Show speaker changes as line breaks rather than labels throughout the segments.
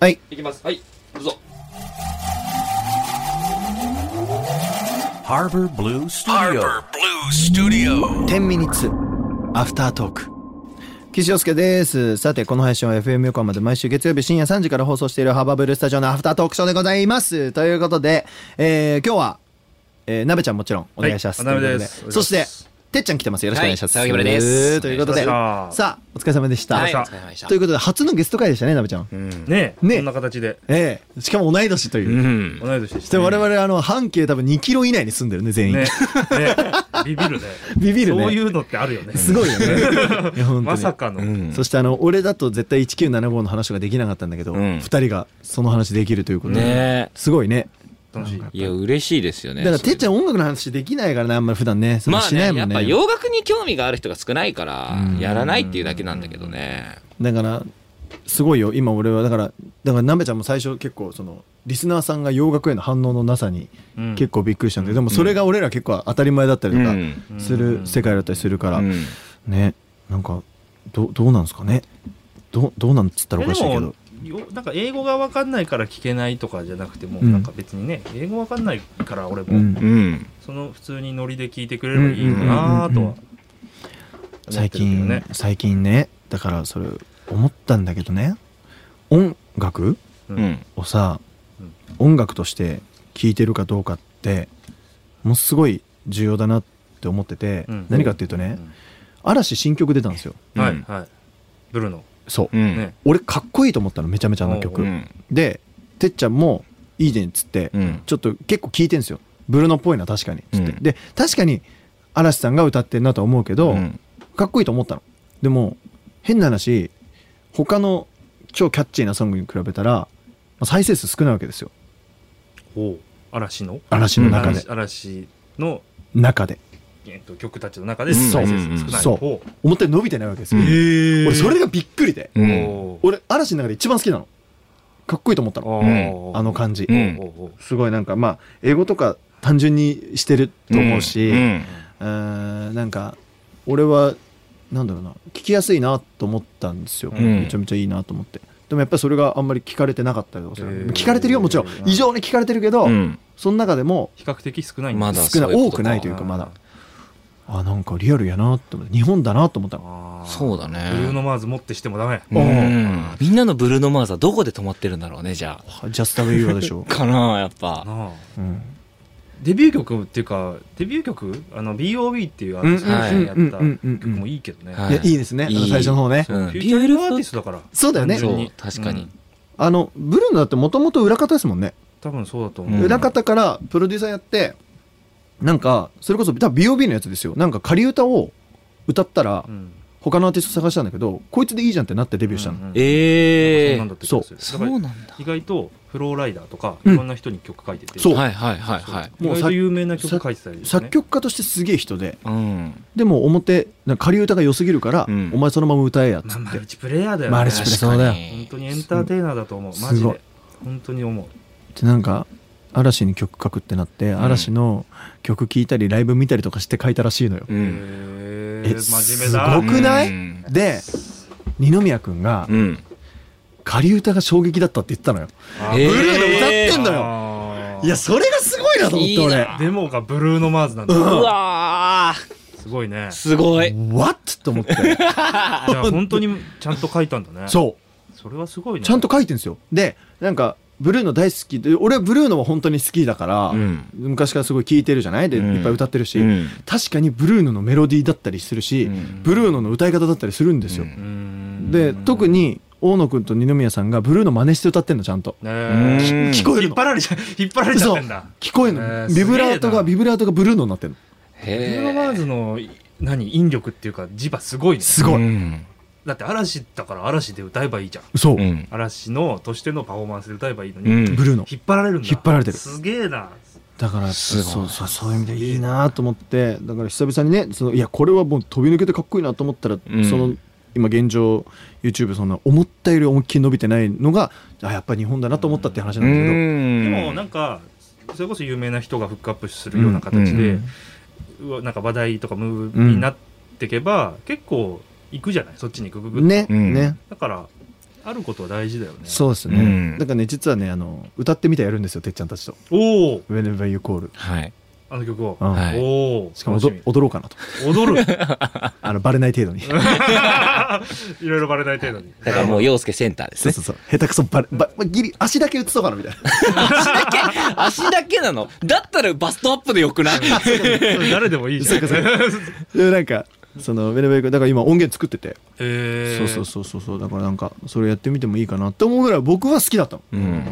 はい。
いきます。はい。どうぞ。
Harbor Blue Studio.
Harbor Blue Studio.
10ミニッツアフタートーク岸洋介ですさてこの配信は FM 横浜で毎週月曜日深夜3時から放送しているハーバーブルースタジオのアフタートークショーでございますということで、えー今日は、えー、なべちゃんもちろんお願いします、
はい
ということ
なべですお願いし
そ
ま
し
す
ててっちゃん来てますよろしくお願いします、
はい沢木村です
ということで
お願
さ
いします
あお疲れ様でした、
はい、お
さあ
疲れ様でした
とい。うことで初のゲスト会でしたねなべちゃん、
ねえ
ねえ
こんな形で
ええしかも同い年という、
うん。
同い年でし
そして
たね
我々あの半径多分2キロ以内に住んでるね全員、
ねねビビるね
ビビるね
そういうのってあるよね
すごいよ ねいや本当に
まさかの
そしてあの俺だと絶対1975の話ができなかったんだけど、
う
二
ん
人がその話できるということで、
ね
すごいね
楽しい
え。いや、嬉しいですよね。
だからてっちゃ
ん、
ん音楽の話できないからねあんまり普段ねそれ
まあ
しな
ね
いも
や
ん
っ
ね,、
ぱ洋楽に興味がある人が少ないから、やらないっていうだけなんだけどね。
だからすごいよ今俺はだからだからなべちゃんも最初結構そのリスナーさんが洋楽への反応のなさに
うん
結構びっくりしたんだけど、でもそれが俺ら結構当たり前だったりとか
うん
する世界だったりするから、
うん
ねなんかどどうなんですかねどうどうなんつったらおかしいけ
で
ど
もよなんか英語が分かんないから聞けないとかじゃなくても、
うん
なんか別にね英語分かんないから俺も、
うん
うん。
その普通にノリで聞いてくれればいいかなとは思ってるけど
最近、
ね、
最近ねだからそれ思ったんだけどね音楽
う
うんん。
をさ、
うん
音楽として聴いてるかどうかってものすごい重要だなって思ってて、
うん
何かっていうとね、嵐新曲出たんですよ
は
う
い
ん
はいブルーの
そう、
うん。
ね
俺かっこいいと思ったのめちゃめちゃあの曲、
う。
うん
でてっちゃんもいいねっつって、
うん。
ちょっと結構聴いてんすよブルーノっぽいな確かにっつって、
うん
で確かに嵐さんが歌ってんなとは思うけど、
うん
かっこいいと思ったのでも変な話他の超キャッチーなソングに比べたらまあ再生数少ないわけですよ
ほう嵐の
嵐の中で
嵐、嵐の、
中で
えっと、曲たちの中で
そう
再生数少ない
そう
ほう
思ったより伸びてないわけですよ、
うん
へ
俺それがびっくりで、
うん
おー
俺嵐の中で一番好きなのかっこいいと思ったの
おー
あの感じ、
うん
おーおー
すごいなんかまあ英語とか単純にしてると思うし、
う
うんーんなんか俺はなんだろうな聞きやすいなと思ったんですよ、
うん
めちゃめちゃいいなと思ってでもやっぱりそれがあんまり聞かれてなかったりとかする、
へー
聞かれてるよもちろん異常に聞かれてるけど、
うん。
その中でも
比較的少ないんだ
まだ
少
そ
な
う
いう多
こと
くないというかまだあなんかリアルやなって思って日本だなと思 ったの
あー
そうだね
ブルーノ・マーズ持ってしてもダメ
うん。みんなのブルーノマーズはどこで止まってるんだろうね、じゃ
ジャスタベユーアでしょ
あ。、かなやっぱ。
なあ
うん、
デビュー曲っていうかデビュー曲あの B.O.B っていうアーティストが
うん
やった
うんうんうんうん
曲もいいけどね、
はい
いやいいですねあの
いい
最初の方ね
そう
うん
フューチャリングアーティストだから
そうだよね
単
そ
純
う
に、
確かに。
あのブルーノだってもともと裏方ですもんね、
多分そうだと
うん
思う、
裏方からプロデューサーやってなんかそれこそ多分 BOB のやつですよなんか仮歌を歌ったら
うん
他のアーティスト探したんだけどこいつでいいじゃんってなってデビューしたの、
うんうん
え
そう
え
なんだ。って気がする
そ
だ
う
から
なんだ。
意外とフローライダーとか
うん
いろんな人に曲書いてて、
そう
はいはいはいはい。
意
もう
外
さ
と有名な曲書いてたりとかね
作曲家としてすげえ人で
うん。
でも表なんか仮歌が良すぎるから、
うん
お前そのまま歌えやっ
ま
つ
あ
っ
マ
て
ルチプレイヤーだよね
マルチプレイ
確
そ
か
うだよ
に
本当にエンターテイナーだと思う
す
マジ
ごい
で本当に思う
でなんか嵐に曲書くってなって
ん
嵐の曲聴いたりライブ見たりとかして書いたらしいのよ、
う
へ
ん。
え
え
真面目だ
すごくない
うん
で二宮君が
うん。
仮歌が衝撃だったって言ってたのよ、
あ
えー
ブルーノ歌ってんのよ、
あー
いやそれがすごいなと思って俺
いいな
デモがブルーノ・マーズなんだ、
うわー
すごいね
すごい。
What? と思って
じゃあ本当にちゃんと書いたんだね
そう
それはすごいね
ちゃんと書いてんですよでなんかブルーノ大好きで俺はブルーノは本当に好きだから、
うん
昔からすごい聴いてるじゃないで、
うん
いっぱい歌ってるし、
うん
確かにブルーノのメロディーだったりするし、
うん
ブルーノの歌い方だったりするんですよ、
うん
うーん
で特に大野くんと二宮さんがブルーノ真似して歌ってんのちゃんと
ね
うん
え
聞こえる
引っ
の
張られちゃ引っ張られちゃってんだ
聞こえる
え
の
ーすげ
ビ
えな
ブラートがビブラートがブルーノになってるの
ブルーノ・
へ
マーズのい何引力っていうか磁場すごいね
す
ー
ごい、
うん
だって嵐だから嵐で歌えばいいじゃん
そう、
うん。
嵐のとしてのパフォーマンスで歌えばいいの
う
に
ん
ブルーノ
引っ張られるんだ
引っ張られてる
すげえな
だからやっぱ
すごい
そうそうそういう意味でいいなと思ってだから久々にねそのいやこれはもう飛び抜けてかっこいいなと思ったら、
うん
その今現状 YouTube そんな思ったより思いっきり伸びてないのがあやっぱ日本だなと思ったって話なんだけど、
で
で
もなんかそれこそ有名な人がフックアップするような形
う
で
ん
うわなんか話題とかムーブになってけば結構行くじゃないそっちに行く部分
ね、
うん
ね
だからあることは大事だよね。
そうですね、
うん
なんかね実はねあの歌ってみたらやるんですよてっちゃんたちと
おお
「Whenever You Call
はい。
あの曲を。
うん
はい
おお
しかも踊踊ろうかなと
踊る。
あのバレない程度に
いろいろバレない程度に。
だからもう、洋介センターです
そう
ね
そ。うそう下手くそバレば、まあ、ギリ足だけ映そうかなみたい な
足だけなのだったらバストアップでよくない
誰でもいいじゃん。
でなんかその「Whenever You Call」だから今音源作ってて、
えー
そうそうそうそうそうだからなんかそれやってみてもいいかなって思うぐらい僕は好きだったの、
うん。
なんか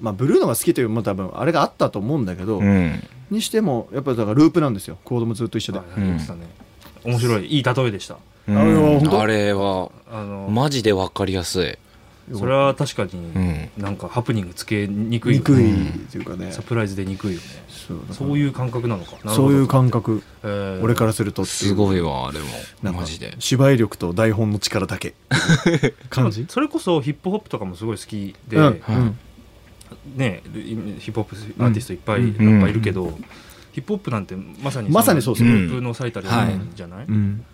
まあブルーのが好きというのも多分あれがあったと思うんだけど、
うん。
にしてもやっぱだからループなんですよコードもずっと一緒で、
はい言ってたね面白い。いい例えでした。
う
あれは本
ん
当
あれは、
あの、
マジでわかりやすい。
それは確か
う
に、
ん。
なんかハプニングつけにくいよね。
憎いというかね、
サプライズで憎いよね。
そうだから
そういう感覚なのか。なるほど
そういう感覚、
えー
俺からするとってい
す
う
ごいわ、あれも。
なんか
マジで。
芝居力と台本の力だけ感じ、
それこそヒップホップとかもすごい好きで、
うん
はい
うん
ね、ヒップホップアーティストいっぱい,、
うん
いっぱいいるけど、ヒップホップなんてまさに
まさにそうです
ね
ヒップの最たるものじゃない、
うん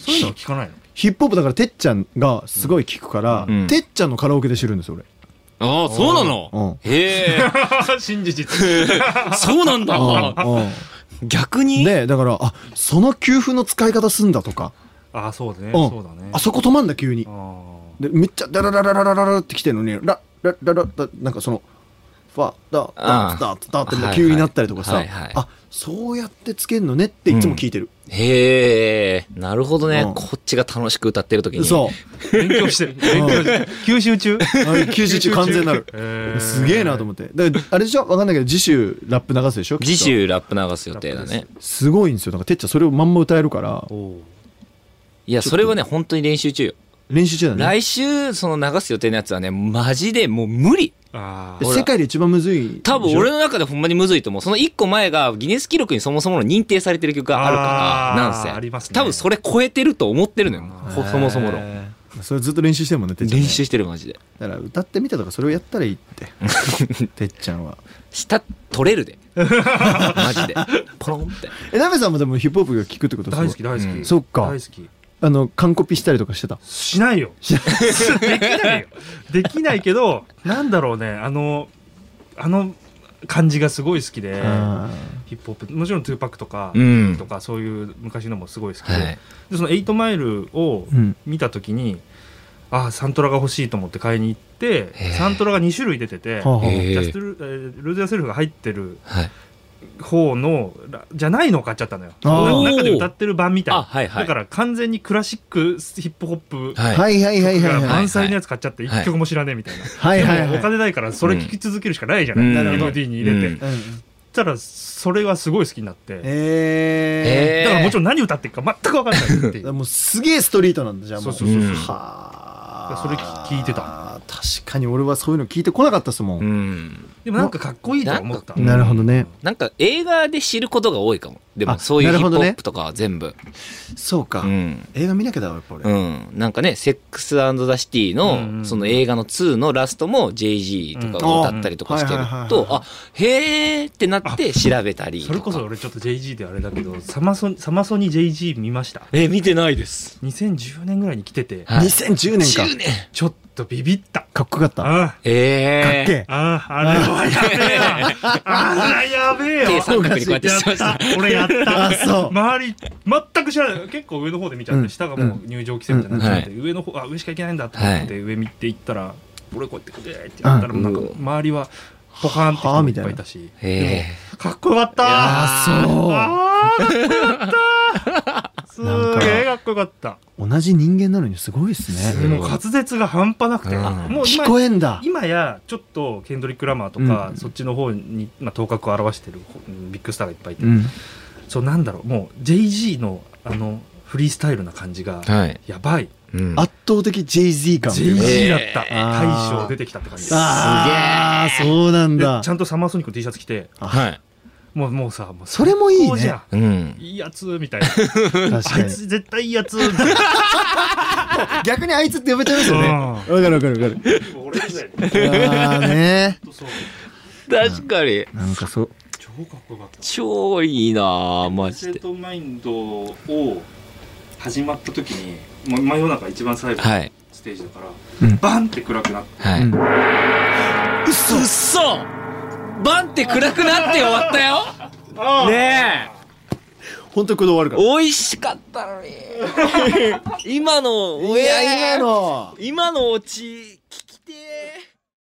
そういうのは聞かないの
ヒップホップだからてっちゃんがすごい聞くから、
うん
てっちゃんのカラオケで知るんですよ俺
ああ、そうなのへえ、
真実
そうなんだ。逆に
でだからあその給付の使い方すんだとか、
ああそうだね、
うん
そうだね
あそこ止まんだ急に
あー
でめっちゃダラララララララって来てるのにラララララなんかそのファダダダダってもう急になったりとかさ、
はいはいはいはい
あそうやってつけんのねっていつも聞いてる、
へえ、なるほどね、
うん
こっちが楽しく歌ってる時に。
そう
勉強してる勉強してる吸収中
はい休止中完全なる
えー
すげえなと思ってだからあれでしょわかんないけど次週ラップ流すでしょきっと
次週ラップ流す予定だね。
すごいんですよだからてっちゃんそれをまんま歌えるから
おう
いや、それはね、本当に練習中よ。
練習中だね
来週、その流す予定のやつはね、マジでもう無理。
あ
え
ー
俺
世界で一番むずい
多分
でしょ
俺の中でほんまにむずいと思う。その一個前がギネス記録にそもそもの認定されてる曲があるから、
あー
なんせ。
ありますね
多分それ超えてると思ってるのよ
あ。
ほそもそもの。
え
それずっと練習してるもんねてっちゃん
練
ね
習してるマジで。
だから歌ってみたとかそれをやったらいいって てっちゃんは
下取れるで。マジで。ポロンって。
えなべさんもでもヒップホップが聞くってこと
ー
ですか
大好き大好き、
うん
そっか
大好き
あの完コピしたりとかしてた
しないよ。できないよ。できないけど、なんだろうね、あの、あの感じがすごい好きで、
あ
ヒップホップ、もちろんトゥーパックとか、
うん
とかそういう昔のもすごい好きで、
はい。
でその8マイルを
ーうん
見たときに、ああ、サントラが欲しいと思って買いに行って
へえ、
サントラが2種類出てて、
はあはあ
へえ
ジャストルえールーズ・ヤセルフが入ってる
はい。
方のらじゃないのを買っちゃったのよ
あー
な中で歌ってる版みたいな、
あはいはい
だから完全にクラシックヒップホップ
はい。
はいはいはいはい
だから
はい
満載のやつ買っちゃって
はい
一曲も知らねえみたいな。
はいはい
でもお
はい
金ないからそれ聞き続けるしかないじゃない、
うん
なるほど
MD に入れて、
うん
うん
たらそれがすごい好きになって、
え
えー
だからもちろん何歌ってるか全く分かんな いってい
ー
う
もうすげえストリートなんだじゃあも
そう
う
そうそ
う
うそう、
ん
はあ
それ聞いて
た確かに俺はそういうの聞いてこなかったですもん、
うん。
でもなんかかっこいいとは思った
うん
なるほどね
なんか映画で知ることが多いかも。で
あ
もそういう
な
ヒ
る
ッ
ほ
プ
ど
ホ
ね
ップとかは全部。
そうか、
うん。
映画見なきゃだわやっぱ俺、
うん、なんかね、セックスザ・シティ
うんうん
の、その映画の2のラストも JG とかが歌ったりとかしてる
うんあーはいはいはい
と、
はい
あ、へーってなって調べたりと
そ
か。
れこそ俺ちょっと JG であれだけどサマソニサマソニ JG 見ました
え、見てないです。
2010年ぐらいに来てて
はい
2010年か
10年
ちょっとビビった
かっこよかったかっ
あ
え
け
ー。
え
ああああれはやべえなあれやべえよ
計算角にこうやって
や
しま
っ
した
た俺やった
あそう
周り全く知らない結構上の方で見ちゃって、
うん
下がもう入場規制みたいになっちゃって、上の方あ上しか行けないんだと思って、上見て行ったら俺こうやってグーってやったら
うん
もうなんか周りはポカーンって人
はあ
も
み
いった
いな
ぱ
い
いたし
へ
でもかっこよかった
あそう
あーかっこよかったす
なんか
げえかっこよかった
同じ人間なのにすごいですね
でも滑舌が半端なくて、
うん
もう今
聞こえんだ
今やちょっとケンドリック・ラマーとか、
うん
そっちの方に、まあ、頭角を現してるうんビッグスターがいっぱいいて、
うん
そうなんだろうもう JG のあのフリースタイルな感じが
ーはい。
やばい、
うん
圧倒的 JZ 感
JG だった、
えー
大将出てきたって感じ
ああそうなん
で
だ
ちゃんとサマーソニックの T シャツ着て
はい。
もうもうさもう
それもいいね
最高じゃん
うん。
いいやつみ たいな
確
あ
か
い
に
つ絶対いいやつみたい な
逆にあいつって呼べちゃいますよね
うん
わかるわかるわかる
俺だよね
ああね
そう
確かに。
なんかそう
超かっこよかった
超いいなぁ、マ
セ
ジ
ッ
で。
トマインドを始まった時にま真夜中一番最後
はい。
ステージだから、
うん
バンって暗くなって
はい。
うん
うっそバンって暗くなって終わったよねえ
本当にこれ終わるか
美味しかったのに今の
らいや今の
今のオチ聞きてえ